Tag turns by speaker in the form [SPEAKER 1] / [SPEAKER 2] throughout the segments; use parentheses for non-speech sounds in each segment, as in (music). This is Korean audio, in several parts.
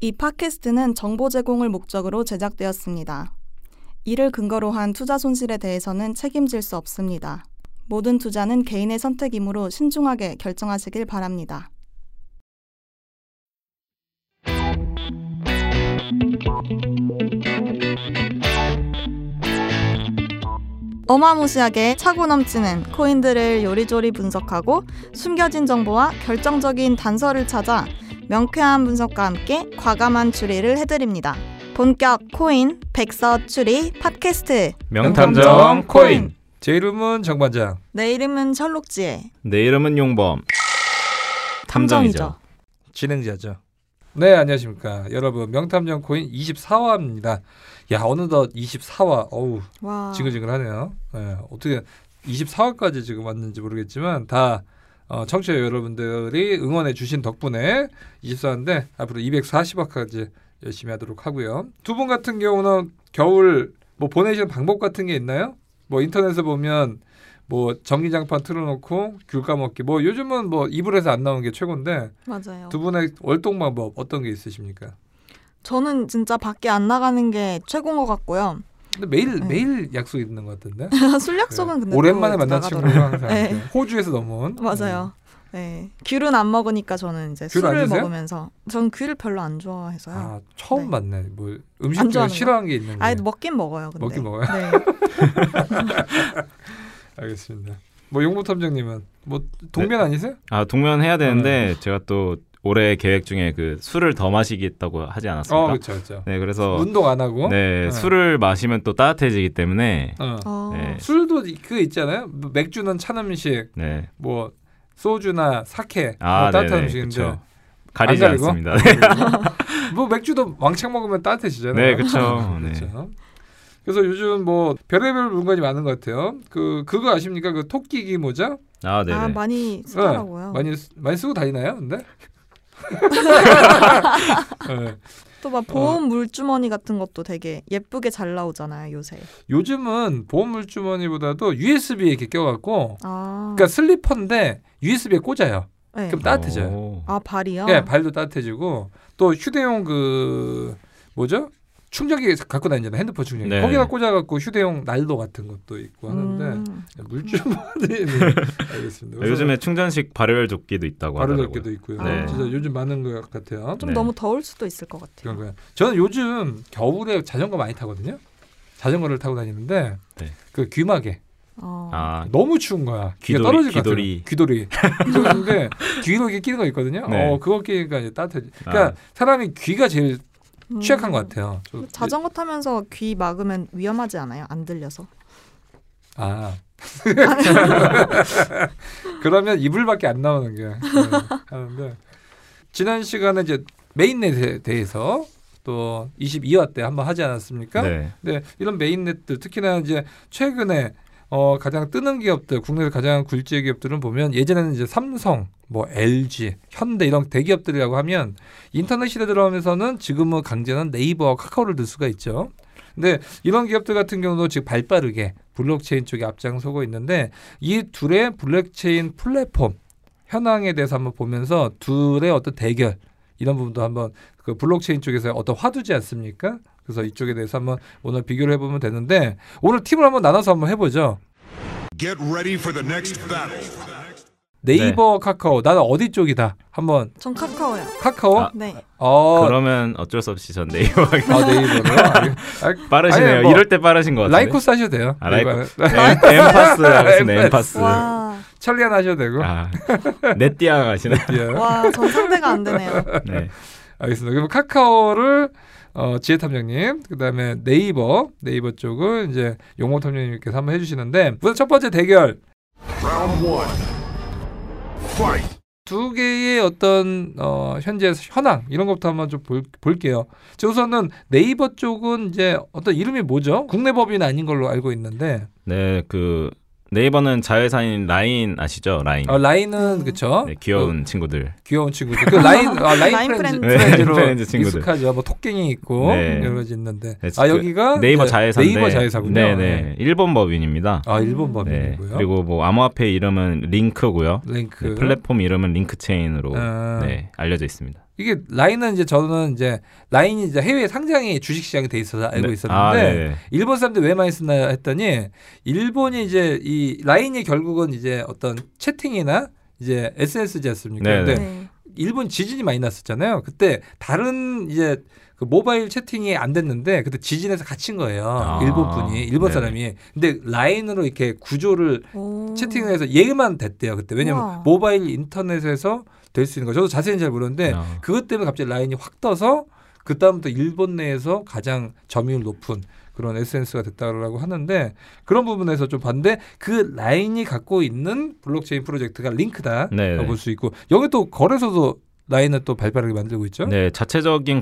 [SPEAKER 1] 이 팟캐스트는 정보 제공을 목적으로 제작되었습니다. 이를 근거로 한 투자 손실에 대해서는 책임질 수 없습니다. 모든 투자는 개인의 선택이므로 신중하게 결정하시길 바랍니다. 어마무시하게 차고 넘치는 코인들을 요리조리 분석하고 숨겨진 정보와 결정적인 단서를 찾아 명쾌한 분석과 함께 과감한 추리를 해드립니다. 본격 코인 백서 추리 팟캐스트.
[SPEAKER 2] 명탐정 코인. 제 이름은 정반장.
[SPEAKER 1] 내 이름은 셜록지혜.
[SPEAKER 3] 내 이름은 용범. 탐정이죠.
[SPEAKER 2] 진행자죠. 네, 안녕하십니까. 여러분, 명탐정 코인 24화입니다. 야, 어느덧 24화. 어우,
[SPEAKER 1] 와.
[SPEAKER 2] 지글지글하네요. 예, 어떻게 24화까지 지금 왔는지 모르겠지만 다 어, 청취자 여러분들이 응원해 주신 덕분에 24화인데 앞으로 240화까지 열심히 하도록 하고요. 두 분 같은 경우는 겨울 뭐 보내시는 방법 같은 게 있나요? 뭐 인터넷에 보면 뭐 전기장판 틀어놓고 귤 까먹기 뭐 요즘은 뭐 이불에서 안 나오는 게 최고인데
[SPEAKER 1] 맞아요.
[SPEAKER 2] 두 분의 월동 방법 어떤 게 있으십니까?
[SPEAKER 1] 저는 진짜 밖에 안 나가는 게 최고인 것 같고요. (laughs)
[SPEAKER 2] 근데 매일
[SPEAKER 1] 네.
[SPEAKER 2] 매일 약속 있는 것 같은데
[SPEAKER 1] 술 약속은 근데
[SPEAKER 2] 네. 오랜만에
[SPEAKER 1] 또
[SPEAKER 2] 만난
[SPEAKER 1] 나가더라고요.
[SPEAKER 2] 친구가 항상
[SPEAKER 1] (laughs) 네.
[SPEAKER 2] 네. 호주에서 넘어온
[SPEAKER 1] (laughs)
[SPEAKER 2] 음.
[SPEAKER 1] 맞아요. 네. 귤은 안 먹으니까 저는 이제
[SPEAKER 2] 귤안
[SPEAKER 1] 술을
[SPEAKER 2] 드세요?
[SPEAKER 1] 먹으면서 전 귤을 별로 안
[SPEAKER 2] 음.
[SPEAKER 1] 좋아해서요. 아,
[SPEAKER 2] 아 처음
[SPEAKER 1] 네.
[SPEAKER 2] 만났네. 뭐
[SPEAKER 1] 안
[SPEAKER 2] 음식 중에
[SPEAKER 1] 좋아하는
[SPEAKER 2] 싫어하는 게 있는데.
[SPEAKER 1] 니 먹긴 먹어요. 근데.
[SPEAKER 2] 먹긴 먹어요? (laughs)
[SPEAKER 1] 네.
[SPEAKER 2] 알겠습니다. 뭐 용모 탐정님은 뭐 동면 아니세요?
[SPEAKER 3] 아 동면 해야 되는데
[SPEAKER 2] 네.
[SPEAKER 3] 제가 또 올해 계획 중에 그 술을 더 마시겠다고 하지
[SPEAKER 2] 어
[SPEAKER 3] 않았습니까?
[SPEAKER 2] 그렇죠 그렇죠.
[SPEAKER 3] 네, 그래서
[SPEAKER 2] 운동 안 하고.
[SPEAKER 3] 네,
[SPEAKER 2] 네.
[SPEAKER 3] 술을 마시면 또 따뜻해지기 때문에
[SPEAKER 2] 어.
[SPEAKER 1] 어.
[SPEAKER 3] 네.
[SPEAKER 2] 술도 그 있잖아요. 뭐 맥주는 찬 음식,
[SPEAKER 3] 네.
[SPEAKER 2] 뭐 소주나 사케
[SPEAKER 3] 아,
[SPEAKER 2] 뭐 따뜻한
[SPEAKER 3] 네네.
[SPEAKER 2] 음식인데
[SPEAKER 3] 그쵸. 가리지
[SPEAKER 2] 안 가리고?
[SPEAKER 3] 않습니다. 네,
[SPEAKER 2] 뭐 맥주도 왕창 먹으면 따뜻해지잖아요.
[SPEAKER 3] 네, 그렇죠. 네.
[SPEAKER 2] 그렇죠. 그래서 요즘 뭐 별의별 물건이 많은 것 같아요. 그 그거 아십니까? 그 토끼기 모자
[SPEAKER 3] 아, 네.
[SPEAKER 1] 아
[SPEAKER 3] 네.
[SPEAKER 1] 많이 쓰더라고요.
[SPEAKER 2] 많이 쓰- 많이 쓰고 다니나요? 근데 네.
[SPEAKER 1] 또 막 보험 물주머니 같은 것도 되게 예쁘게 잘 나오잖아요 요새.
[SPEAKER 2] 요즘은 보험물 주머니보다도 USB에 이렇게 껴갖고
[SPEAKER 1] 아.
[SPEAKER 2] 그러니까 슬리퍼인데 USB에 꽂아요.
[SPEAKER 1] 네.
[SPEAKER 2] 그럼 따뜻해져요.
[SPEAKER 3] 오.
[SPEAKER 1] 아 발이요?
[SPEAKER 2] 예, 발도 따뜻해지고 또 휴대용 그 뭐죠? 충전기 갖고 다니잖아요. 핸드폰 충전기.
[SPEAKER 3] 네.
[SPEAKER 2] 거기다 꽂아갖고 휴대용 난로 같은 것도 있고 하는데
[SPEAKER 1] 음.
[SPEAKER 2] 물주머니
[SPEAKER 3] (laughs)
[SPEAKER 2] 알겠습니다.
[SPEAKER 3] 네, 요즘에 충전식 발열 조끼도 있다고
[SPEAKER 2] 바로
[SPEAKER 3] 하더라고요.
[SPEAKER 2] 잡기도 있고요.
[SPEAKER 3] 네.
[SPEAKER 2] 진짜 요즘 많은 것 같아요.
[SPEAKER 1] 좀
[SPEAKER 3] 네.
[SPEAKER 1] 너무 더울 수도 있을 것 같아요.
[SPEAKER 2] 그런 거요. 저는 요즘 겨울에 자전거 많이 타거든요. 자전거를 타고 다니는데
[SPEAKER 3] 네.
[SPEAKER 2] 그 귀마개
[SPEAKER 1] 어.
[SPEAKER 3] 아,
[SPEAKER 2] 너무 추운 거야. 귀가
[SPEAKER 3] 귀돌이,
[SPEAKER 2] 떨어질 것
[SPEAKER 3] 귀돌이.
[SPEAKER 2] 같아요. 귀돌이. 그런데 (laughs) 귀로 이렇게 끼는 거 있거든요.
[SPEAKER 3] 네. 아.
[SPEAKER 2] 어, 그거 끼니까 이제 따뜻해. 그러니까 사람이 귀가 제일
[SPEAKER 1] 음.
[SPEAKER 2] 취약한 것 같아요. 저-
[SPEAKER 1] 자전거 타면서 귀 막으면 위험하지 않아요? 안 들려서?
[SPEAKER 2] 아. 그러면 이불밖에 안 나오는 게 네, 하는데 지난 시간에 이제 메인넷에 대해서 또 22화 때 한번 하지 않았습니까?
[SPEAKER 3] 네.
[SPEAKER 2] 네, 이런 메인넷들 특히나 이제 최근에 어, 가장 뜨는 기업들 국내에서 가장 굴지의 기업들은 보면 예전에는 이제 삼성, 뭐 LG, 현대 이런 대기업들이라고 하면 인터넷 시대 들어오면서는 지금은 강제는 네이버와 카카오를 들 수가 있죠. 근데 이런 기업들 같은 경우도 지금 발빠르게 블록체인 쪽에 앞장서고 있는데 이 둘의 블록체인 플랫폼 현황에 대해서 한번 보면서 둘의 어떤 대결 이런 부분도 한번 그 블록체인 쪽에서 어떤 화두지 않습니까? 그래서 이쪽에 대해서 한번 오늘 비교를 해보면 되는데 오늘 팀을 한번 나눠서 한번 해보죠.
[SPEAKER 4] Get ready for the next battle.
[SPEAKER 2] 네이버 카카오 나는 어디 쪽이다 한번
[SPEAKER 1] 전 카카오요.
[SPEAKER 2] 카카오
[SPEAKER 3] 아,
[SPEAKER 1] 네.
[SPEAKER 2] 어
[SPEAKER 3] 그러면 어쩔 수 없이 전 네이버 하겠-
[SPEAKER 2] 아, 네이버로 아,
[SPEAKER 3] (laughs) 빠르시네요.
[SPEAKER 2] 아니, 뭐
[SPEAKER 3] 이럴 때 빠르신 것 같아요.
[SPEAKER 2] 라이코스 하셔도 돼요.
[SPEAKER 3] 아, 라이코-
[SPEAKER 2] 네이버는. (laughs)
[SPEAKER 3] 엠파스 하겠습니다. 엠파스.
[SPEAKER 2] 아,
[SPEAKER 1] 와,
[SPEAKER 2] 천리안 하셔도 되고.
[SPEAKER 3] 아, 넷띠아
[SPEAKER 2] (laughs)
[SPEAKER 3] 가시네.
[SPEAKER 2] 예.
[SPEAKER 1] 와, 전 상대가 안
[SPEAKER 2] (laughs)
[SPEAKER 1] 되네요.
[SPEAKER 3] 네.
[SPEAKER 2] 알겠습니다. 그럼 카카오를 어, 지혜 탐정님, 그다음에 네이버 네이버 쪽은 이제 용호 탐정님께서 한번 해주시는데 우선 첫 번째 대결
[SPEAKER 4] Round one. Fight.
[SPEAKER 2] 두 개의 어떤 어, 현재 현황 이런 것부터 한번 좀 볼, 볼게요. 저 우선은 네이버 쪽은 이제 어떤 이름이 뭐죠? 국내 법인 아닌 걸로 알고 있는데
[SPEAKER 3] 네, 그 네이버는 자회사인 라인 아시죠? 라인.
[SPEAKER 2] 어, 라인은
[SPEAKER 1] 음.
[SPEAKER 2] 그쵸?
[SPEAKER 3] 네, 귀여운 친구들.
[SPEAKER 2] 그 귀여운 친구들. 그 라인 (laughs) 아, 라인,
[SPEAKER 1] 라인
[SPEAKER 2] 프렌즈,
[SPEAKER 1] 프렌즈.
[SPEAKER 2] 프렌즈로
[SPEAKER 3] 네, 프렌즈 친구들.
[SPEAKER 2] 익숙하죠. 뭐 토깽이 있고
[SPEAKER 3] 네.
[SPEAKER 2] 여러 가지 있는데
[SPEAKER 3] 네,
[SPEAKER 2] 아
[SPEAKER 3] 그
[SPEAKER 2] 여기가
[SPEAKER 3] 네이버
[SPEAKER 2] 이제
[SPEAKER 3] 자회사인데.
[SPEAKER 2] 네이버 자회사군요.
[SPEAKER 3] 네, 네. 일본 법인입니다.
[SPEAKER 2] 아
[SPEAKER 3] 네.
[SPEAKER 2] 일본 법인이고요.
[SPEAKER 3] 그리고 뭐 암호화폐 이름은 링크고요.
[SPEAKER 2] 링크
[SPEAKER 3] 네, 플랫폼 이름은 링크체인으로
[SPEAKER 2] 아.
[SPEAKER 3] 네, 알려져 있습니다.
[SPEAKER 2] 이게 라인은 이제 저는 이제 라인이 이제 해외 상장이 주식 시장이 돼 있어서 알고
[SPEAKER 3] 네.
[SPEAKER 2] 있었는데
[SPEAKER 3] 아, 네.
[SPEAKER 2] 일본 사람들 왜 많이 쓰나 했더니 일본이 이제 이 라인이 결국은 이제 어떤 채팅이나 이제 SNS지 않습니까?
[SPEAKER 3] 네,
[SPEAKER 2] 근데
[SPEAKER 3] 네.
[SPEAKER 1] 네.
[SPEAKER 2] 일본 지진이 많이 났었잖아요. 그때 다른 이제 그 모바일 채팅이 안 됐는데 그때 지진에서 갇힌 거예요.
[SPEAKER 3] 아,
[SPEAKER 2] 일본 분이 일본
[SPEAKER 3] 네네.
[SPEAKER 2] 사람이. 근데 라인으로 이렇게 구조를
[SPEAKER 1] 오.
[SPEAKER 2] 채팅을 해서 얘기만 됐대요 그때. 왜냐면
[SPEAKER 1] 음. 우와.
[SPEAKER 2] 모바일 인터넷에서 될 수 있는 거. 저도 자세히는 잘 모르는데
[SPEAKER 3] 어.
[SPEAKER 2] 네. 그것 때문에 갑자기 라인이 확 떠서 그 다음부터 일본 내에서 가장 점유율 높은 그런 SNS가 됐다고 하는데 그런 부분에서 좀 반대 그 라인이 갖고 있는 블록체인 프로젝트가 링크다
[SPEAKER 3] 네네.
[SPEAKER 2] 볼 수 있고 여기 또 거래소도 라인을 또 발빠르게 만들고 있죠.
[SPEAKER 3] 네, 자체적인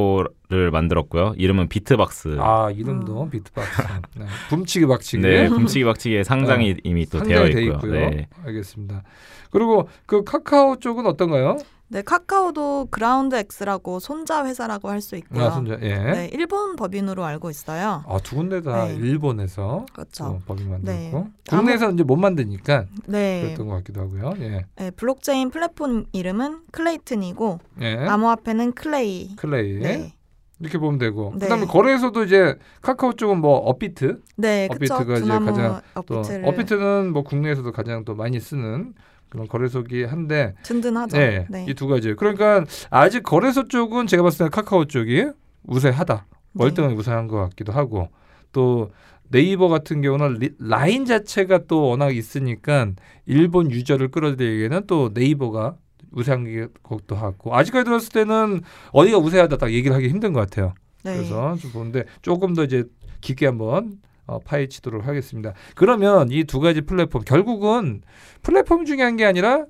[SPEAKER 3] 거래소를 만들었고요. 이름은 비트박스.
[SPEAKER 2] 아 이름도
[SPEAKER 1] 음.
[SPEAKER 2] 비트박스, 네. 붐치기 박치기.
[SPEAKER 3] 네, 붐치기 박치기의 상장이 이미 또 되어
[SPEAKER 2] 아, 상장이 돼
[SPEAKER 3] 있고요.
[SPEAKER 2] 있고요.
[SPEAKER 3] 네.
[SPEAKER 2] 알겠습니다. 그리고 그 카카오 쪽은 어떤가요?
[SPEAKER 1] 네, 카카오도 그라운드 X라고 손자 회사라고 할 수 있고요.
[SPEAKER 2] 아, 손자, 예.
[SPEAKER 1] 네, 일본 법인으로 알고 있어요.
[SPEAKER 2] 아, 두 군데 다
[SPEAKER 1] 네.
[SPEAKER 2] 일본에서
[SPEAKER 1] 그렇죠.
[SPEAKER 2] 또 법인 음, 만들고
[SPEAKER 1] 네.
[SPEAKER 2] 국내에서 이제 못 만드니까
[SPEAKER 1] 네,
[SPEAKER 2] 그랬던 것 같기도 하고요. 예.
[SPEAKER 1] 네, 블록체인 플랫폼 이름은 클레이튼이고
[SPEAKER 2] 예.
[SPEAKER 1] 암호화폐는 클레이.
[SPEAKER 2] 클레이
[SPEAKER 1] 네,
[SPEAKER 2] 이렇게 보면 되고
[SPEAKER 1] 네.
[SPEAKER 2] 그다음에 거래소도 이제 카카오 쪽은 뭐 업비트
[SPEAKER 1] 네, 그쵸.
[SPEAKER 2] 업비트가 이제
[SPEAKER 1] 두나무
[SPEAKER 2] 가장
[SPEAKER 1] 업비트를
[SPEAKER 2] 또 업비트는 뭐 국내에서도 가장 또 많이 쓰는 그런 거래소기 한데
[SPEAKER 1] 든든하죠.
[SPEAKER 2] 네,
[SPEAKER 1] 네.
[SPEAKER 2] 이 두 가지 그러니까 아직 거래소 쪽은 제가 봤을 때 카카오 쪽이 우세하다
[SPEAKER 1] 네.
[SPEAKER 2] 월등히 우세한 것 같기도 하고 또 네이버 같은 경우는 리- 라인 자체가 또 워낙 있으니까 일본 유저를 끌어들이기에는 또 네이버가 우세한 게- 것도 하고 아직까지 들었을 때는 어디가 우세하다 딱 얘기를 하기 힘든 것 같아요.
[SPEAKER 1] 네.
[SPEAKER 2] 그래서 좀 보는데 조금 더 이제 깊게 한번 어, 파헤치도록 하겠습니다. 그러면 이 두 가지 플랫폼 결국은 플랫폼 중요한 게 아니라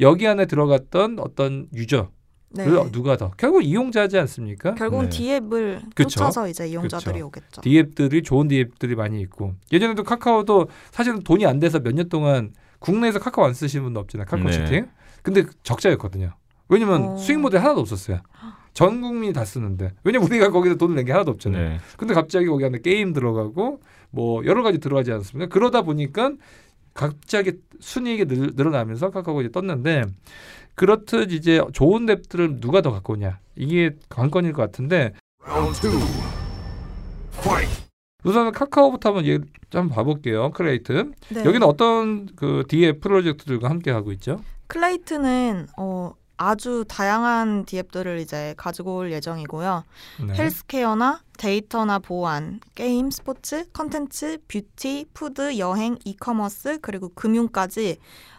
[SPEAKER 2] 여기 안에 들어갔던 어떤 유저를
[SPEAKER 1] 네.
[SPEAKER 2] 누가 더 결국 이용자지 않습니까?
[SPEAKER 1] 결국은
[SPEAKER 3] 네.
[SPEAKER 1] 디앱을
[SPEAKER 2] 그쵸.
[SPEAKER 1] 쫓아서 이제 이용자들이
[SPEAKER 2] 그쵸.
[SPEAKER 1] 오겠죠.
[SPEAKER 2] 아. 디앱들이 좋은 디앱들이 많이 있고 예전에도 카카오도 사실은 돈이 안 돼서 몇 년 동안 국내에서 카카오 안 쓰신 분도 없잖아요 카카오
[SPEAKER 3] 네.
[SPEAKER 2] 채팅 근데 적자였거든요 왜냐면
[SPEAKER 1] 어.
[SPEAKER 2] 수익 모델 하나도 없었어요 전 국민이 다 쓰는데 왜냐면 우리가 거기서 돈을 낸 게 하나도 없잖아요
[SPEAKER 3] 네.
[SPEAKER 2] 근데 갑자기 거기 안에 게임 들어가고 뭐 여러 가지 들어가지 않습니까 그러다 보니까 갑자기 순이익이 늘, 늘어나면서 카카오가 이제 떴는데 그렇듯 이제 좋은 앱들을 누가 더 갖고 오냐 이게 관건일 것 같은데
[SPEAKER 4] Round two. Fight.
[SPEAKER 2] 우선은 카카오부터 한번 얘- 한번 봐볼게요. 크레이트.
[SPEAKER 1] 네.
[SPEAKER 2] 여기는 어떤 그 DF 프로젝트들과 함께 하고 있죠?
[SPEAKER 1] 클레이트는 어, 아주 다양한 디앱들을 이제 가지고 올 예정이고요.
[SPEAKER 2] 네.
[SPEAKER 1] 헬스케어나 데이터나 보안, 게임, 스포츠, 컨텐츠, 뷰티, 푸드, 여행, 이커머스 그리고 금융까지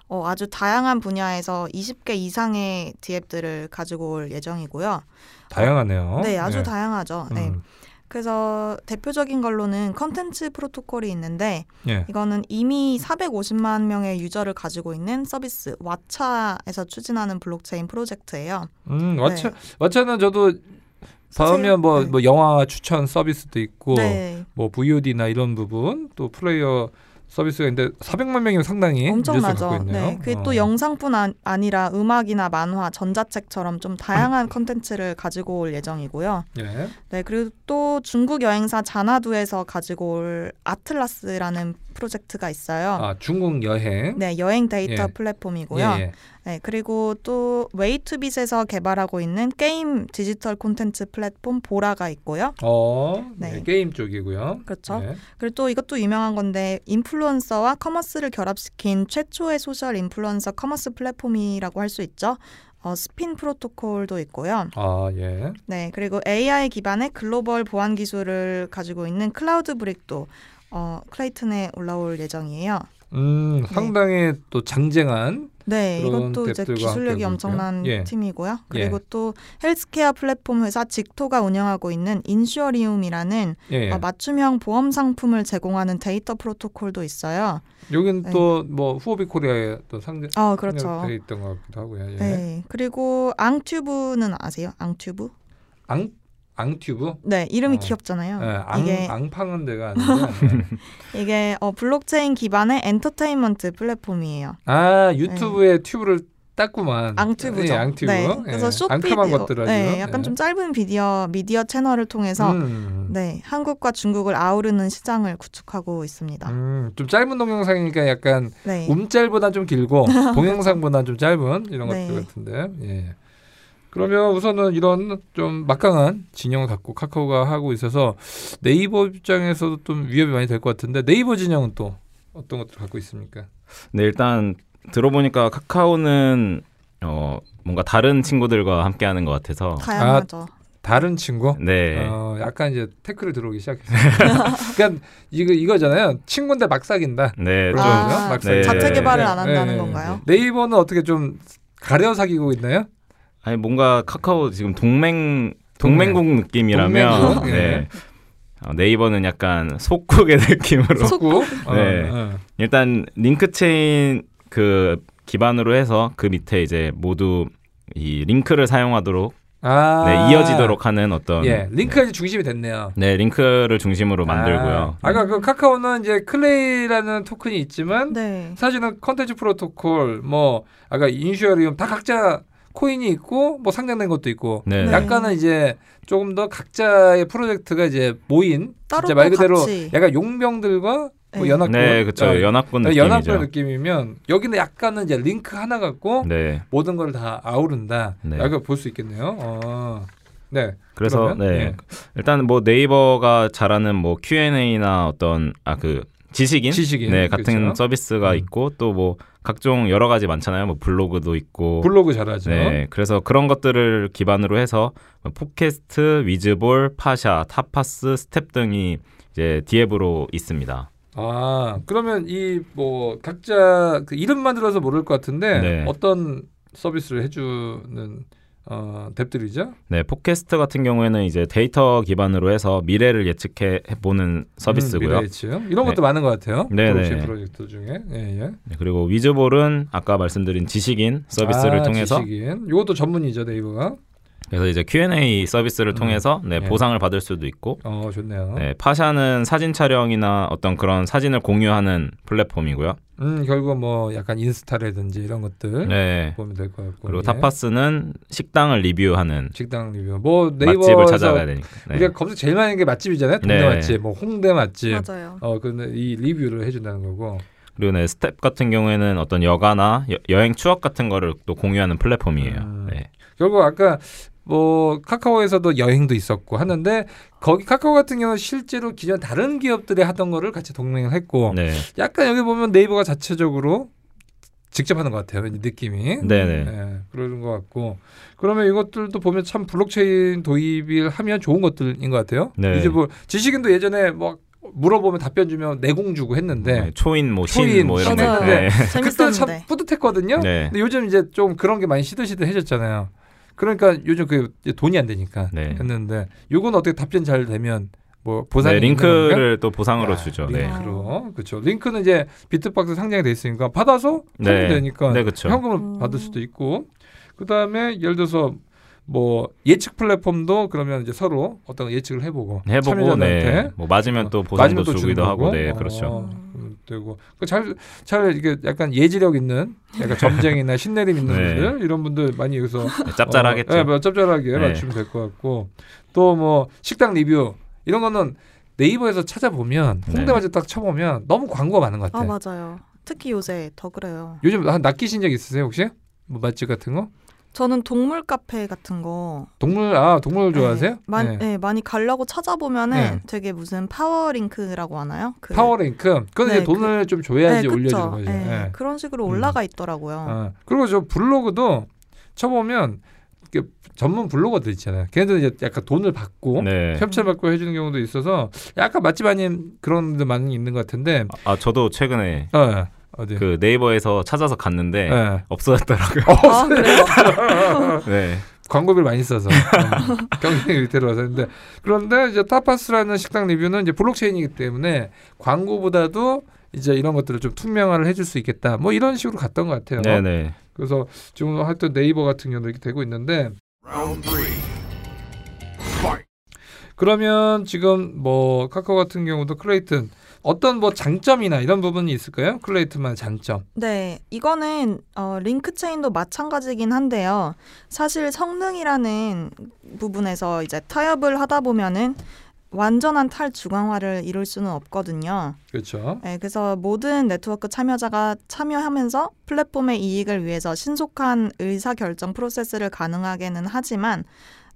[SPEAKER 1] 어, 아주 다양한 분야에서 20개 이상의 디앱들을 가지고 올 예정이고요.
[SPEAKER 2] 다양하네요.
[SPEAKER 1] 네, 아주
[SPEAKER 2] 예.
[SPEAKER 1] 다양하죠. 네.
[SPEAKER 2] 음.
[SPEAKER 1] 그래서 대표적인 걸로는 컨텐츠 프로토콜이 있는데
[SPEAKER 2] 예.
[SPEAKER 1] 이거는 이미 450만 명의 유저를 가지고 있는 서비스 왓챠에서 추진하는 블록체인 프로젝트예요.
[SPEAKER 2] 음, 왓챠 왓챠는 저도
[SPEAKER 1] 사실-
[SPEAKER 2] 다음에 뭐,
[SPEAKER 1] 네.
[SPEAKER 2] 뭐 영화 추천 서비스도 있고
[SPEAKER 1] 네,
[SPEAKER 2] 뭐 VOD나 이런 부분 또 플레이어 서비스가 있는데 400만 명이면 상당히 유저수를
[SPEAKER 1] 엄청나죠.
[SPEAKER 2] 갖고 예? 있네요.
[SPEAKER 1] 네, 그게
[SPEAKER 2] 어.
[SPEAKER 1] 또 영상뿐 아- 아니라 음악이나 만화, 전자책처럼 좀 다양한 컨텐츠를 가지고 올 예정이고요.
[SPEAKER 2] 예.
[SPEAKER 1] 네, 그리고 또 중국 여행사 자나두에서 가지고 올 아틀라스라는 프로젝트가 있어요.
[SPEAKER 2] 아, 중국 여행.
[SPEAKER 1] 네, 여행 데이터
[SPEAKER 2] 예.
[SPEAKER 1] 플랫폼이고요.
[SPEAKER 2] 예, 예.
[SPEAKER 1] 네, 그리고 또 웨이투빗에서 개발하고 있는 게임 디지털 콘텐츠 플랫폼 보라가 있고요.
[SPEAKER 2] 어, 네.
[SPEAKER 1] 네.
[SPEAKER 2] 게임 쪽이고요.
[SPEAKER 1] 그렇죠.
[SPEAKER 2] 예.
[SPEAKER 1] 그리고 또 이것도 유명한 건데 인플루언서와 커머스를 결합시킨 최초의 소셜 인플루언서 커머스 플랫폼이라고 할 수 있죠. 어, 스핀 프로토콜도 있고요.
[SPEAKER 2] 아, 예.
[SPEAKER 1] 네, 그리고 AI 기반의 글로벌 보안 기술을 가지고 있는 클라우드 브릭도 어, 클레이튼에 올라올 예정이에요.
[SPEAKER 2] 음, 상당히 또 장쟁한
[SPEAKER 1] 네,
[SPEAKER 2] 그런
[SPEAKER 1] 이것도 이제
[SPEAKER 2] 앱들과
[SPEAKER 1] 기술력이
[SPEAKER 2] 함께하고
[SPEAKER 1] 엄청난
[SPEAKER 2] 있고요. 예.
[SPEAKER 1] 팀이고요. 그리고 또 헬스케어 플랫폼 회사 직토가 운영하고 있는 인슈어리움이라는
[SPEAKER 2] 예.
[SPEAKER 1] 어, 맞춤형 보험 상품을 제공하는 데이터 프로토콜도 있어요.
[SPEAKER 2] 여기는
[SPEAKER 1] 네.
[SPEAKER 2] 또 뭐 후오비 코리아에 또 상대
[SPEAKER 1] 어,
[SPEAKER 2] 상대가
[SPEAKER 1] 그렇죠.
[SPEAKER 2] 돼 있던 것 같기도 하고요. 예.
[SPEAKER 1] 네, 그리고 앙튜브는 아세요? 앙튜브?
[SPEAKER 2] 앙 앙튜브.
[SPEAKER 1] 네, 이름이
[SPEAKER 2] 어.
[SPEAKER 1] 귀엽잖아요.
[SPEAKER 2] 예, 앙
[SPEAKER 1] 이게
[SPEAKER 2] 앙팡은 데가 아닌데. 예.
[SPEAKER 1] 이게 어, 블록체인 기반의 엔터테인먼트 플랫폼이에요. (laughs)
[SPEAKER 2] 아 유튜브에 튜브를 땄구만.
[SPEAKER 1] 네. 앙튜브죠.
[SPEAKER 2] 예, 앙튜브.
[SPEAKER 1] 네,
[SPEAKER 2] 예.
[SPEAKER 1] 그래서 쇼
[SPEAKER 2] 앙큼한
[SPEAKER 1] 비디오,
[SPEAKER 2] 것들 아주.
[SPEAKER 1] 네, 약간 좀 짧은 비디오 미디어 채널을 통해서
[SPEAKER 2] 예. 음.
[SPEAKER 1] 네, 한국과 중국을 아우르는 시장을 구축하고 있습니다.
[SPEAKER 2] 음, 좀 짧은 동영상이니까 약간
[SPEAKER 1] 네. (laughs)
[SPEAKER 2] 움짤보다 좀 길고 동영상보다 좀 짧은 이런
[SPEAKER 1] 네.
[SPEAKER 2] 것들 같은데. 예. 그러면 우선은 이런 좀 막강한 진영을 갖고 카카오가 하고 있어서 네이버 입장에서도 좀 위협이 많이 될 것 같은데 네이버 진영은 또 어떤 것들을 갖고 있습니까?
[SPEAKER 3] 네, 일단 들어보니까 카카오는 어, 뭔가 다른 친구들과 함께하는 것 같아서
[SPEAKER 1] 다양하죠.
[SPEAKER 2] 다른 친구?
[SPEAKER 3] 네,
[SPEAKER 2] 어, 약간 이제 태클을 들어오기 시작했어요. (laughs) 그러니까 이거 이거잖아요. 친구인데 막 사귄다.
[SPEAKER 3] 네, 좀
[SPEAKER 2] 그렇죠.
[SPEAKER 1] 아,
[SPEAKER 2] 막상
[SPEAKER 3] 네.
[SPEAKER 1] 자체 개발을 안
[SPEAKER 2] 네.
[SPEAKER 1] 한다는
[SPEAKER 2] 네.
[SPEAKER 1] 건가요?
[SPEAKER 2] 네이버는 어떻게 좀 가려 사귀고 있나요?
[SPEAKER 3] 아니 뭔가 카카오 지금 동맹
[SPEAKER 2] 동맹.
[SPEAKER 3] 동맹국 느낌이라면
[SPEAKER 2] 네. 동맹국? 예.
[SPEAKER 3] 네. 어, 네이버는 약간 속국의 (laughs) 느낌으로
[SPEAKER 2] 속구? 어,
[SPEAKER 3] 네.
[SPEAKER 2] 어.
[SPEAKER 3] 일단 링크 체인 그 기반으로 해서 그 밑에 이제 모두 이 링크를 사용하도록
[SPEAKER 2] 아.
[SPEAKER 3] 네, 이어지도록 하는 어떤
[SPEAKER 2] 예, 링크가 이제 중심이 됐네요.
[SPEAKER 3] 네 링크를 중심으로 만들고요.
[SPEAKER 2] 아, 까그 카카오는 이제 클레이라는 토큰이 있지만
[SPEAKER 1] 네.
[SPEAKER 2] 사실은 컨텐츠 프로토콜 뭐 아까 인슈어리움 다 각자 코인이 있고 뭐 상장된 것도 있고
[SPEAKER 3] 네.
[SPEAKER 1] 네.
[SPEAKER 2] 약간은 이제 조금 더 각자의 프로젝트가 이제 모인
[SPEAKER 1] 따로
[SPEAKER 2] 진짜 말
[SPEAKER 1] 또
[SPEAKER 2] 그대로
[SPEAKER 1] 같이.
[SPEAKER 2] 약간 용병들과 뭐
[SPEAKER 1] 네.
[SPEAKER 2] 연합군
[SPEAKER 3] 네, 그렇죠.
[SPEAKER 2] 어,
[SPEAKER 3] 연합군
[SPEAKER 2] 네,
[SPEAKER 3] 느낌이죠.
[SPEAKER 2] 연합군 느낌이면 여기는 약간은 이제 링크 하나 갖고
[SPEAKER 3] 네.
[SPEAKER 2] 모든 걸 다 아우른다.
[SPEAKER 3] 네.
[SPEAKER 2] 약간 볼 수 있겠네요. 어. 네.
[SPEAKER 3] 그래서
[SPEAKER 2] 그러면?
[SPEAKER 3] 네.
[SPEAKER 2] 예.
[SPEAKER 3] 일단 뭐 네이버가 잘하는 뭐 Q&A나 어떤 아 그 지식인,
[SPEAKER 2] 지식인,
[SPEAKER 3] 네 같은
[SPEAKER 2] 그렇죠.
[SPEAKER 3] 서비스가
[SPEAKER 2] 음.
[SPEAKER 3] 있고 또 뭐 각종 여러 가지 많잖아요. 뭐 블로그도 있고
[SPEAKER 2] 블로그 잘하죠.
[SPEAKER 3] 네, 그래서 그런 것들을 기반으로 해서 포캐스트, 위즈볼, 파샤, 타파스, 스텝 등이 이제 디앱으로 있습니다.
[SPEAKER 2] 아 그러면 이 뭐 각자 그 이름만 들어서 모를 것 같은데
[SPEAKER 3] 네.
[SPEAKER 2] 어떤 서비스를 해주는 어, 뎁들이죠?
[SPEAKER 3] 네, 포캐스트 같은 경우에는 이제 데이터 기반으로 해서 미래를 예측해
[SPEAKER 2] 음,
[SPEAKER 3] 보는 서비스고요.
[SPEAKER 2] 미래예치요. 이런 것도 많은 것 같아요.
[SPEAKER 3] 네,
[SPEAKER 2] 블록체인
[SPEAKER 3] 네.
[SPEAKER 2] 프로젝트 중에 예, 예.
[SPEAKER 3] 네, 그리고 위즈볼은 아까 말씀드린 지식인 서비스를
[SPEAKER 2] 아,
[SPEAKER 3] 통해서
[SPEAKER 2] 지식인. 이것도 전문이죠 네이버가.
[SPEAKER 3] 그래서 이제 Q&A 서비스를
[SPEAKER 2] 음.
[SPEAKER 3] 통해서 네,
[SPEAKER 2] 예.
[SPEAKER 3] 보상을 받을 수도 있고
[SPEAKER 2] 어 좋네요.
[SPEAKER 3] 네, 파샤는 사진 촬영이나 어떤 그런 사진을 공유하는 플랫폼이고요.
[SPEAKER 2] 음 결국 뭐 약간 인스타라든지 이런 것들
[SPEAKER 3] 네.
[SPEAKER 2] 보면 될 것 같고.
[SPEAKER 3] 그리고
[SPEAKER 2] 예.
[SPEAKER 3] 타파스는 식당을 리뷰하는
[SPEAKER 2] 식당 리뷰. 뭐
[SPEAKER 3] 맛집을
[SPEAKER 2] 네이버에서
[SPEAKER 3] 찾아가야 되니까. 네.
[SPEAKER 2] 우리가 검색 제일 많이 하는 게 맛집이잖아요. 동네
[SPEAKER 3] 네.
[SPEAKER 2] 맛집, 뭐 홍대 맛집.
[SPEAKER 1] 맞아요.
[SPEAKER 2] 어 근데 이 리뷰를 해준다는 거고.
[SPEAKER 3] 그리고 네, 스텝 같은 경우에는 어떤 여가나 여, 행 추억 같은 거를 또 공유하는 플랫폼이에요.
[SPEAKER 2] 음.
[SPEAKER 3] 네.
[SPEAKER 2] 결국 아까 뭐 카카오에서도 여행도 있었고 하는데 거기 카카오 같은 경우는 실제로 기존 다른 기업들이 하던 거를 같이 동맹을 했고
[SPEAKER 3] 네.
[SPEAKER 2] 약간 여기 보면 네이버가 자체적으로 직접 하는 것 같아요 이 느낌이
[SPEAKER 3] 네네.
[SPEAKER 2] 예, 그러는 것 같고 그러면 이것들도 보면 참 블록체인 도입을 하면 좋은 것들인 것 같아요
[SPEAKER 3] 네.
[SPEAKER 2] 이제 뭐 지식인도 예전에 뭐 물어보면 답변 주면 내공 주고 했는데
[SPEAKER 3] 네, 초인 뭐 신
[SPEAKER 2] 초인,
[SPEAKER 3] 뭐 이런
[SPEAKER 1] 맞아요.
[SPEAKER 3] 거. 네.
[SPEAKER 2] 그때 참
[SPEAKER 1] 재밌었는데.
[SPEAKER 2] 뿌듯했거든요
[SPEAKER 3] 네.
[SPEAKER 2] 근데 요즘 이제 좀 그런 게 많이 시들시들해졌잖아요. 그러니까 요즘 그 돈이 안 되니까
[SPEAKER 3] 네.
[SPEAKER 2] 했는데 요건 어떻게 답변 잘 되면 뭐 보상
[SPEAKER 3] 네, 링크를 또 보상으로 주죠. 네.
[SPEAKER 2] 아, 링크로 그렇죠. 링크는 이제 비트박스 상장이 돼 있으니까 받아서 네.
[SPEAKER 3] 네.
[SPEAKER 2] 되니까
[SPEAKER 3] 네, 그렇죠.
[SPEAKER 2] 현금을
[SPEAKER 1] 음.
[SPEAKER 2] 받을 수도 있고 그 다음에 예를 들어서 뭐 예측 플랫폼도 그러면 이제 서로 어떤 예측을 해보고
[SPEAKER 3] 해보고
[SPEAKER 2] 참여자들한테
[SPEAKER 3] 네. 뭐 맞으면 또
[SPEAKER 2] 맞으면
[SPEAKER 3] 보상도
[SPEAKER 2] 또 주는
[SPEAKER 3] 주기도 하고.
[SPEAKER 2] 거고.
[SPEAKER 3] 네,
[SPEAKER 2] 어,
[SPEAKER 3] 그렇죠.
[SPEAKER 2] 음, 되고 잘잘 이게 약간 예지력 있는
[SPEAKER 3] (laughs)
[SPEAKER 2] 약간 점쟁이나 신내림 있는
[SPEAKER 3] 네.
[SPEAKER 2] 분들 이런 분들 많이 여기서
[SPEAKER 3] (laughs) 짭짤하겠죠.
[SPEAKER 2] 어, 네, 뭐 짭짤하게
[SPEAKER 3] 네.
[SPEAKER 2] 맞추면 될 것 같고 또 뭐 식당 리뷰 이런 거는 네이버에서 찾아보면
[SPEAKER 3] 네.
[SPEAKER 2] 홍대 맛집 딱 쳐보면 너무 광고가 많은 것
[SPEAKER 1] 아
[SPEAKER 2] 같아. 요
[SPEAKER 1] 맞아요. 특히 요새 더 그래요.
[SPEAKER 2] 요즘 한 낚이신 적 있으세요 혹시? 뭐 맛집 같은 거?
[SPEAKER 1] 저는 동물 카페 같은 거
[SPEAKER 2] 동물 아 동물 좋아하세요?
[SPEAKER 1] 네, 많이
[SPEAKER 2] 네.
[SPEAKER 1] 네, 많이 가려고 찾아보면은
[SPEAKER 2] 네.
[SPEAKER 1] 되게 무슨 파워링크라고 하나요? 그-
[SPEAKER 2] 파워랭크 그건
[SPEAKER 1] 네,
[SPEAKER 2] 이제 돈을 좀 줘야지
[SPEAKER 1] 네, 그쵸.
[SPEAKER 2] 올려주는 거죠.
[SPEAKER 1] 네,
[SPEAKER 2] 예.
[SPEAKER 1] 그런 식으로
[SPEAKER 2] 음.
[SPEAKER 1] 올라가 있더라고요.
[SPEAKER 2] 어, 그리고 저 블로그도 쳐보면 이렇게 전문 블로거들 있잖아요. 걔네들 이제 약간 돈을 받고
[SPEAKER 3] 네.
[SPEAKER 2] 협찬 받고 해주는 경우도 있어서 약간 맛집 아닌 그런 데 많이 있는 것 같은데.
[SPEAKER 3] 아, 저도 최근에
[SPEAKER 2] 어, 어디?
[SPEAKER 3] 그 네이버에서 찾아서 갔는데
[SPEAKER 2] 예.
[SPEAKER 3] 없어졌더라고요.
[SPEAKER 2] (laughs)
[SPEAKER 1] 아, 그래요?
[SPEAKER 2] 아,
[SPEAKER 3] 네.
[SPEAKER 2] 광고비를 많이 써서 (laughs) 어, 경쟁이 밑으로 와서 했는데 그런데 이제 타파스라는 식당 리뷰는 이제 블록체인이기 때문에 광고보다도 이제 이런 것들을 좀 투명화를 해줄 수 있겠다 뭐 이런 식으로 갔던 것 같아요
[SPEAKER 3] 네, 네.
[SPEAKER 2] 그래서 지금 하여튼 네이버 같은 경우도 이렇게 되고 있는데
[SPEAKER 4] Round three. Fight.
[SPEAKER 2] 그러면 지금 뭐 카카오 같은 경우도 클레이튼 어떤 뭐 장점이나 이런 부분이 있을까요? 클레이튼만의 장점.
[SPEAKER 1] 네, 이거는 어, 링크 체인도 마찬가지긴 한데요. 사실 성능이라는 부분에서 이제 타협을 하다 보면은 완전한 탈중앙화를 이룰 수는 없거든요.
[SPEAKER 2] 그렇죠.
[SPEAKER 1] 네, 그래서 모든 네트워크 참여자가 참여하면서 플랫폼의 이익을 위해서 신속한 의사결정 프로세스를 가능하게는 하지만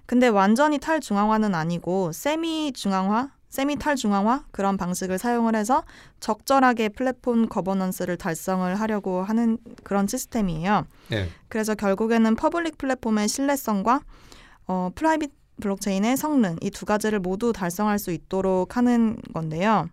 [SPEAKER 1] 근데 완전히 탈중앙화는 아니고 세미 중앙화, 세미 탈중앙화 그런 방식을 사용을 해서 적절하게 플랫폼 거버넌스를 달성을 하려고 하는 그런 시스템이에요.
[SPEAKER 2] 예.
[SPEAKER 1] 그래서 결국에는 퍼블릭 플랫폼의 신뢰성과 어, 프라이빗 블록체인의 성능 이 두 가지를 모두 달성할 수 있도록 하는 건데요.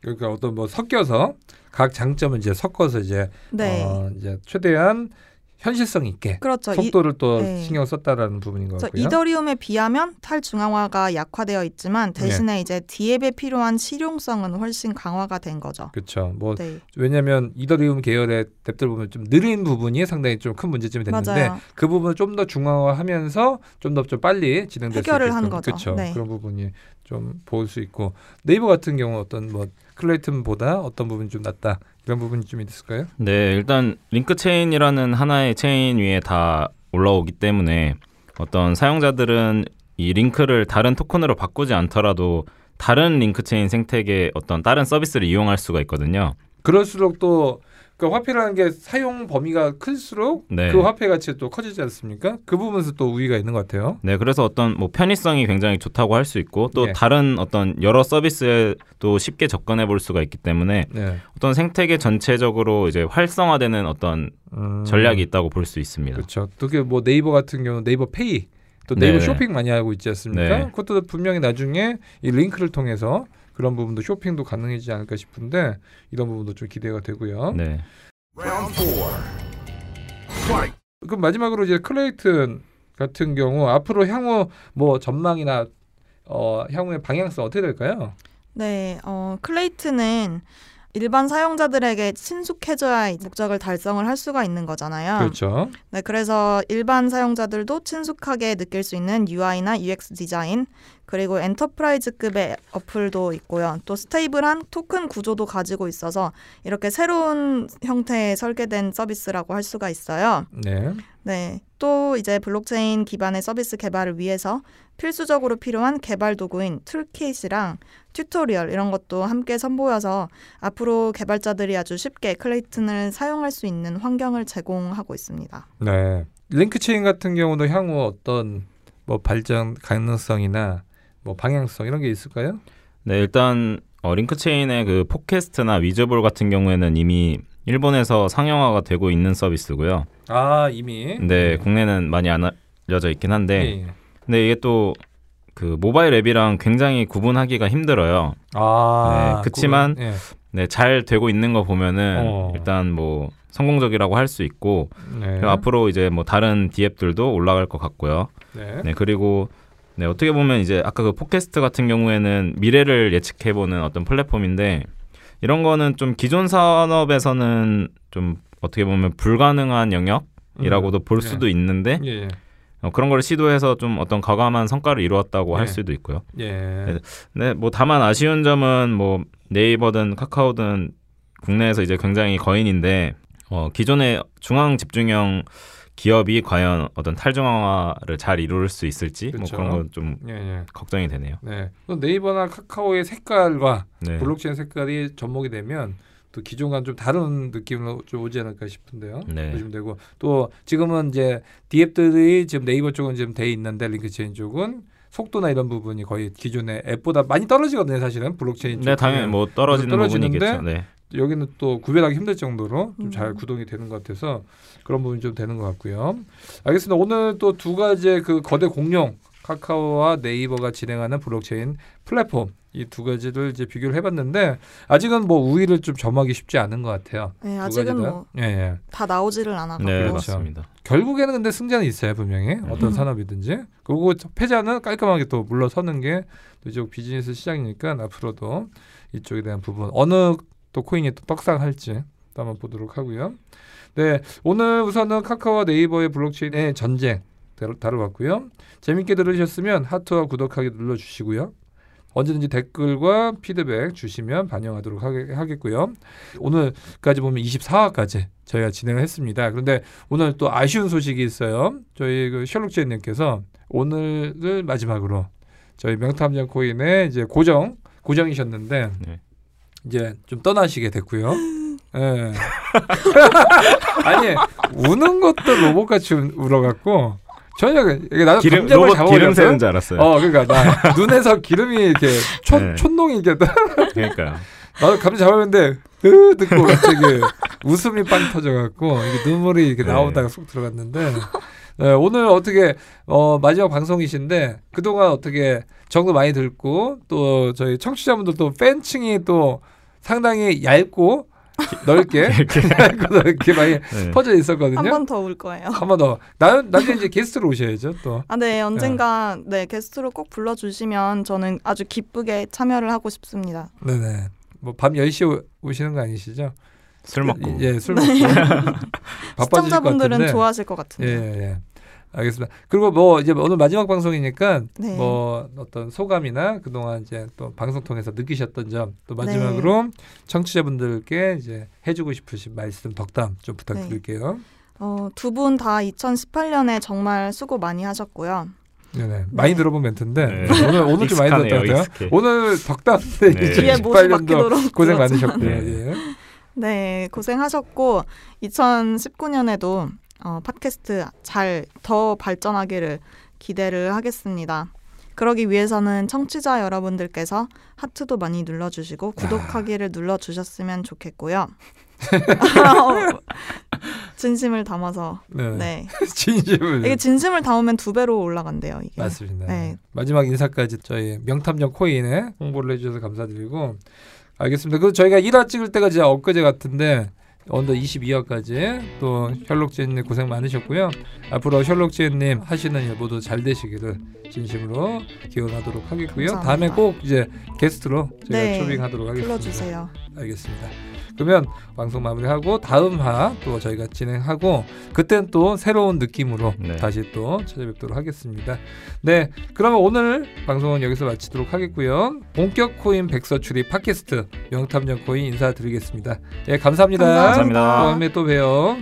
[SPEAKER 2] 그러니까 어떤 뭐 섞여서 각 장점을 이제 섞어서 이제
[SPEAKER 1] 네.
[SPEAKER 2] 어, 이제 최대한 현실성 있게
[SPEAKER 1] 그렇죠. 이-
[SPEAKER 2] 속도를 또
[SPEAKER 1] 네.
[SPEAKER 2] 신경 썼다라는 부분인 것
[SPEAKER 1] 그래서
[SPEAKER 2] 같고요.
[SPEAKER 1] 이더리움에 비하면 탈중앙화가 약화되어 있지만
[SPEAKER 2] 네.
[SPEAKER 1] 대신에 이제 디앱에 필요한 실용성은 훨씬 강화가 된 거죠.
[SPEAKER 2] 그렇죠. 뭐
[SPEAKER 1] 네,
[SPEAKER 2] 왜냐하면 이더리움 계열의 앱들 보면 좀 느린 부분이 상당히 좀 큰 문제점이 됐는데
[SPEAKER 1] 맞아요.
[SPEAKER 2] 그 부분을 좀 더 중앙화하면서 좀 더 좀 빨리 진행될
[SPEAKER 1] 해결을
[SPEAKER 2] 수 있게끔.
[SPEAKER 1] 한 거죠.
[SPEAKER 2] 그렇죠.
[SPEAKER 1] 네.
[SPEAKER 2] 그런 부분이 좀 보일 수 있고 네이버 같은 경우 어떤 뭐 클레이튼보다 어떤 부분이 좀 낫다 이런 부분이 좀 있을까요?
[SPEAKER 3] 네, 일단 링크 체인이라는 하나의 체인 위에 다 올라오기 때문에 어떤 사용자들은 이 링크를 다른 토큰으로 바꾸지 않더라도 다른 링크 체인 생태계 어떤 다른 서비스를 이용할 수가 있거든요.
[SPEAKER 2] 그럴수록 또 그 화폐라는 게 사용 범위가 클수록
[SPEAKER 3] 네.
[SPEAKER 2] 그 화폐 가치 또 커지지 않습니까? 그 부분에서 또 우위가 있는 것 같아요.
[SPEAKER 3] 네, 그래서 어떤 뭐 편의성이 굉장히 좋다고 할 수 있고 또
[SPEAKER 2] 예.
[SPEAKER 3] 다른 어떤 여러 서비스에도 쉽게 접근해 볼 수가 있기 때문에
[SPEAKER 2] 네.
[SPEAKER 3] 어떤 생태계 전체적으로 이제 활성화되는 어떤
[SPEAKER 2] 음,
[SPEAKER 3] 전략이 있다고 볼 수 있습니다.
[SPEAKER 2] 그렇죠. 특히 뭐 네이버 같은 경우 네이버 페이 또 네이버
[SPEAKER 3] 네.
[SPEAKER 2] 쇼핑 많이 하고 있지 않습니까?
[SPEAKER 3] 네.
[SPEAKER 2] 그것도 분명히 나중에 이 링크를 통해서 그런 부분도 쇼핑도 가능해지지 않을까 싶은데 이런 부분도 좀 기대가 되고요.
[SPEAKER 3] 네.
[SPEAKER 4] Round four. Fight.
[SPEAKER 2] 그럼 마지막으로 이제 클레이튼 같은 경우 앞으로 향후 뭐 전망이나 어, 향후의 방향성 어떻게 될까요?
[SPEAKER 1] 네, 어, 클레이트는 일반 사용자들에게 친숙해져야 이 목적을 달성을 할 수가 있는 거잖아요.
[SPEAKER 2] 그렇죠.
[SPEAKER 1] 네, 그래서 일반 사용자들도 친숙하게 느낄 수 있는 UI나 UX 디자인, 그리고 엔터프라이즈급의 어플도 있고요. 또 스테이블한 토큰 구조도 가지고 있어서 이렇게 새로운 형태의 설계된 서비스라고 할 수가 있어요.
[SPEAKER 2] 네.
[SPEAKER 1] 네. 또 이제 블록체인 기반의 서비스 개발을 위해서 필수적으로 필요한 개발 도구인 툴킷이랑 튜토리얼 이런 것도 함께 선보여서 앞으로 개발자들이 아주 쉽게 클레이튼을 사용할 수 있는 환경을 제공하고 있습니다.
[SPEAKER 2] 네. 링크 체인 같은 경우도 향후 어떤 뭐 발전 가능성이나 뭐 방향성 이런 게 있을까요?
[SPEAKER 3] 네, 일단 어, 링크 체인의 그 포캐스트나 위즈볼 같은 경우에는 이미 일본에서 상용화가 되고 있는 서비스고요.
[SPEAKER 2] 아 이미
[SPEAKER 3] 근데 국내는 많이 안 알려져 있긴 한데,
[SPEAKER 2] 예.
[SPEAKER 3] 근데 이게 또 그 모바일 앱이랑 굉장히 구분하기가 힘들어요.
[SPEAKER 2] 아
[SPEAKER 3] 네, 그치만-
[SPEAKER 2] 그거, 예.
[SPEAKER 3] 네, 잘 되고 있는 거 보면은
[SPEAKER 2] 어.
[SPEAKER 3] 일단 뭐 성공적이라고 할 수 있고
[SPEAKER 2] 네.
[SPEAKER 3] 그리고 앞으로 이제 뭐 다른 디앱들도 올라갈 것 같고요.
[SPEAKER 2] 네.
[SPEAKER 3] 네, 그리고 네, 어떻게 보면 이제 아까 그 팟캐스트 같은 경우에는 미래를 예측해보는 어떤 플랫폼인데 이런 거는 좀 기존 산업에서는 좀 어떻게 보면 불가능한 영역이라고도 볼
[SPEAKER 2] 네.
[SPEAKER 3] 수도 있는데
[SPEAKER 2] 예, 예.
[SPEAKER 3] 어, 그런 걸 시도해서 좀 어떤 과감한 성과를 이루었다고
[SPEAKER 2] 네.
[SPEAKER 3] 할 수도 있고요.
[SPEAKER 2] 예.
[SPEAKER 3] 네. 네, 뭐 다만 아쉬운 점은 뭐 네이버든 카카오든 국내에서 이제 굉장히 거인인데 어, 기존의 중앙 집중형 기업이 과연 어떤 탈중앙화를 잘 이룰 수 있을지
[SPEAKER 2] 그쵸.
[SPEAKER 3] 뭐 그런 건 좀
[SPEAKER 2] 예, 예.
[SPEAKER 3] 걱정이 되네요.
[SPEAKER 2] 네. 또 네이버나 카카오의 색깔과
[SPEAKER 3] 네.
[SPEAKER 2] 블록체인 색깔이 접목이 되면 또 기존과 좀 다른 느낌으로 좀 오지 않을까 싶은데요.
[SPEAKER 3] 네.
[SPEAKER 2] 보시면 되고 또 지금은 이제 디앱들이 지금 네이버 쪽은 지금 돼 있는데 링크체인 쪽은 속도나 이런 부분이 거의 기존의 앱보다 많이 떨어지거든요, 사실은 블록체인 쪽.
[SPEAKER 3] 네, 당연히 뭐 떨어지는
[SPEAKER 2] 떨어지는데
[SPEAKER 3] 부분이겠죠. 네.
[SPEAKER 2] 여기는 또 구별하기 힘들 정도로 좀 잘
[SPEAKER 1] 음.
[SPEAKER 2] 구동이 되는 것 같아서 그런 부분이 좀 되는 것 같고요. 알겠습니다. 오늘 또 두 가지의 그 거대 공룡 카카오와 네이버가 진행하는 블록체인 플랫폼 이 두 가지를 이제 비교를 해봤는데 아직은 뭐 우위를 좀 점하기 쉽지 않은 것 같아요.
[SPEAKER 1] 네,
[SPEAKER 2] 두
[SPEAKER 1] 아직은
[SPEAKER 2] 가지 다.
[SPEAKER 1] 뭐
[SPEAKER 2] 예, 예.
[SPEAKER 1] 다 나오지를 않아서 뭐
[SPEAKER 3] 네,
[SPEAKER 2] 그렇죠.
[SPEAKER 3] 맞습니다.
[SPEAKER 2] 결국에는 근데 승자는 있어요 분명히 어떤
[SPEAKER 1] 음.
[SPEAKER 2] 산업이든지 그리고 패자는 깔끔하게 또 물러서는 게또 이쪽 비즈니스 시장이니까 앞으로도 이쪽에 대한 부분 어느 또 코인이 또 떡상할지 또 한번 보도록 하고요. 네 오늘 우선은 카카오와 네이버의 블록체인의 전쟁 다루- 다뤄봤고요. 재밌게 들으셨으면 하트와 구독하기 눌러주시고요. 언제든지 댓글과 피드백 주시면 반영하도록 하게- 하겠고요. 오늘까지 보면 24화까지 저희가 진행을 했습니다. 그런데 오늘 또 아쉬운 소식이 있어요. 저희 그 셜록 제님께서 오늘을 마지막으로 저희 명탐정 코인의 이제 고정 고정이셨는데
[SPEAKER 3] 네.
[SPEAKER 2] 이제 좀 떠나시게 됐고요. 예.
[SPEAKER 3] (laughs)
[SPEAKER 2] 아니 우는 것도 로봇같이 울- 울어갖고 전혀 이게 나도
[SPEAKER 3] 기름
[SPEAKER 2] 감정을
[SPEAKER 3] 로봇
[SPEAKER 2] 잡아버려서
[SPEAKER 3] 기름 새는 줄 알았어요.
[SPEAKER 2] 어 그러니까 나
[SPEAKER 3] (laughs)
[SPEAKER 2] 눈에서 기름이 이렇게 촌,
[SPEAKER 3] 네.
[SPEAKER 2] 촌농이 이렇게
[SPEAKER 3] 그러니까요.
[SPEAKER 2] 나도 감정 잡았는데 으 듣고 갑자기 웃음이 빵 터져갖고 이게 눈물이 이렇게
[SPEAKER 3] 네.
[SPEAKER 2] 나오다가 쏙 들어갔는데 네, 오늘 어떻게 어, 마지막 방송이신데 그동안 어떻게 정도 많이 들고 또 저희 청취자분들 또 팬층이 또 상당히 얇고
[SPEAKER 3] (laughs)
[SPEAKER 2] 넓게
[SPEAKER 3] 이렇게.
[SPEAKER 2] (laughs) 얇고 넓게 많이
[SPEAKER 3] 네.
[SPEAKER 2] 퍼져 있었거든요.
[SPEAKER 1] 한 번 더 올 거예요. (laughs)
[SPEAKER 2] 한 번 더. 나 나중에 이제 게스트로 오셔야죠 또.
[SPEAKER 1] 아, 네, 언젠가 네 게스트로 꼭 불러주시면 저는 아주 기쁘게 참여를 하고 싶습니다.
[SPEAKER 2] 네네. 뭐 밤 10시 오시는 거 아니시죠?
[SPEAKER 3] 술 먹고.
[SPEAKER 2] 예,
[SPEAKER 1] (laughs)
[SPEAKER 2] 술 먹고. (laughs) 바빠지실 것
[SPEAKER 1] 시청자분들은
[SPEAKER 2] 같은데.
[SPEAKER 1] 좋아하실 것
[SPEAKER 2] 예,
[SPEAKER 1] 같은데.
[SPEAKER 2] 예, 예. 알겠습니다. 그리고 뭐 이제 오늘 마지막 방송이니까
[SPEAKER 1] 네.
[SPEAKER 2] 뭐 어떤 소감이나 그동안 이제 또 방송 통해서 느끼셨던 점 또 마지막으로
[SPEAKER 1] 네.
[SPEAKER 2] 청취자분들께 이제 해주고 싶으신 말씀 덕담 좀 부탁드릴게요.
[SPEAKER 1] 어, 두 분 다 2018년에 정말 수고 많이 하셨고요.
[SPEAKER 2] 네, 네. 많이
[SPEAKER 1] 네.
[SPEAKER 2] 들어본 멘트인데
[SPEAKER 3] 네.
[SPEAKER 2] 오늘 오늘 좀 많이
[SPEAKER 3] 익숙하네요,
[SPEAKER 2] 들었다고요.
[SPEAKER 3] 익숙해.
[SPEAKER 2] 오늘 덕담 네.
[SPEAKER 3] 네.
[SPEAKER 1] 뒤에 못이
[SPEAKER 2] 2018년도
[SPEAKER 1] 바뀌도록
[SPEAKER 2] 고생
[SPEAKER 1] 들었지만.
[SPEAKER 2] 많으셨고요.
[SPEAKER 3] 네.
[SPEAKER 2] 예.
[SPEAKER 1] 네, 고생하셨고 2019년에도 어, 팟캐스트 잘 더 발전하기를 기대를 하겠습니다. 그러기 위해서는 청취자 여러분들께서 하트도 많이 눌러주시고
[SPEAKER 2] 아.
[SPEAKER 1] 구독하기를 눌러주셨으면
[SPEAKER 2] (laughs)
[SPEAKER 1] 좋겠고요. (laughs) 진심을 담아서
[SPEAKER 2] 네.
[SPEAKER 1] 네
[SPEAKER 2] (laughs) 진심을
[SPEAKER 1] 이게 진심을 담으면 두 배로 올라간대요 이게.
[SPEAKER 2] 맞습니다.
[SPEAKER 1] 네.
[SPEAKER 2] 마지막 인사까지 저희 명탐정 코인에 홍보를 해주셔서 감사드리고 알겠습니다. 그 저희가 1화 찍을 때가 진짜 엊그제 같은데 언더 22화까지 또 셜록지혜님 고생 많으셨고요. 앞으로 셜록지혜님 하시는 일 모두 잘 되시기를 진심으로 기원하도록 하겠고요.
[SPEAKER 1] 감사합니다.
[SPEAKER 2] 다음에 꼭 이제 게스트로 저희가
[SPEAKER 1] 네.
[SPEAKER 2] 초빙하도록 하겠습니다.
[SPEAKER 1] 불러주세요.
[SPEAKER 2] 알겠습니다. 그러면 방송 마무리하고 다음 화 또 저희가 진행하고 그땐 또 새로운 느낌으로
[SPEAKER 3] 네.
[SPEAKER 2] 다시 또 찾아뵙도록 하겠습니다. 네, 그러면 오늘 방송은 여기서 마치도록 하겠고요. 본격 코인 백서 출입 팟캐스트 명탐정 코인 인사드리겠습니다. 예, 네, 감사합니다.
[SPEAKER 3] 감사합니다.
[SPEAKER 2] 다음에 또 봬요.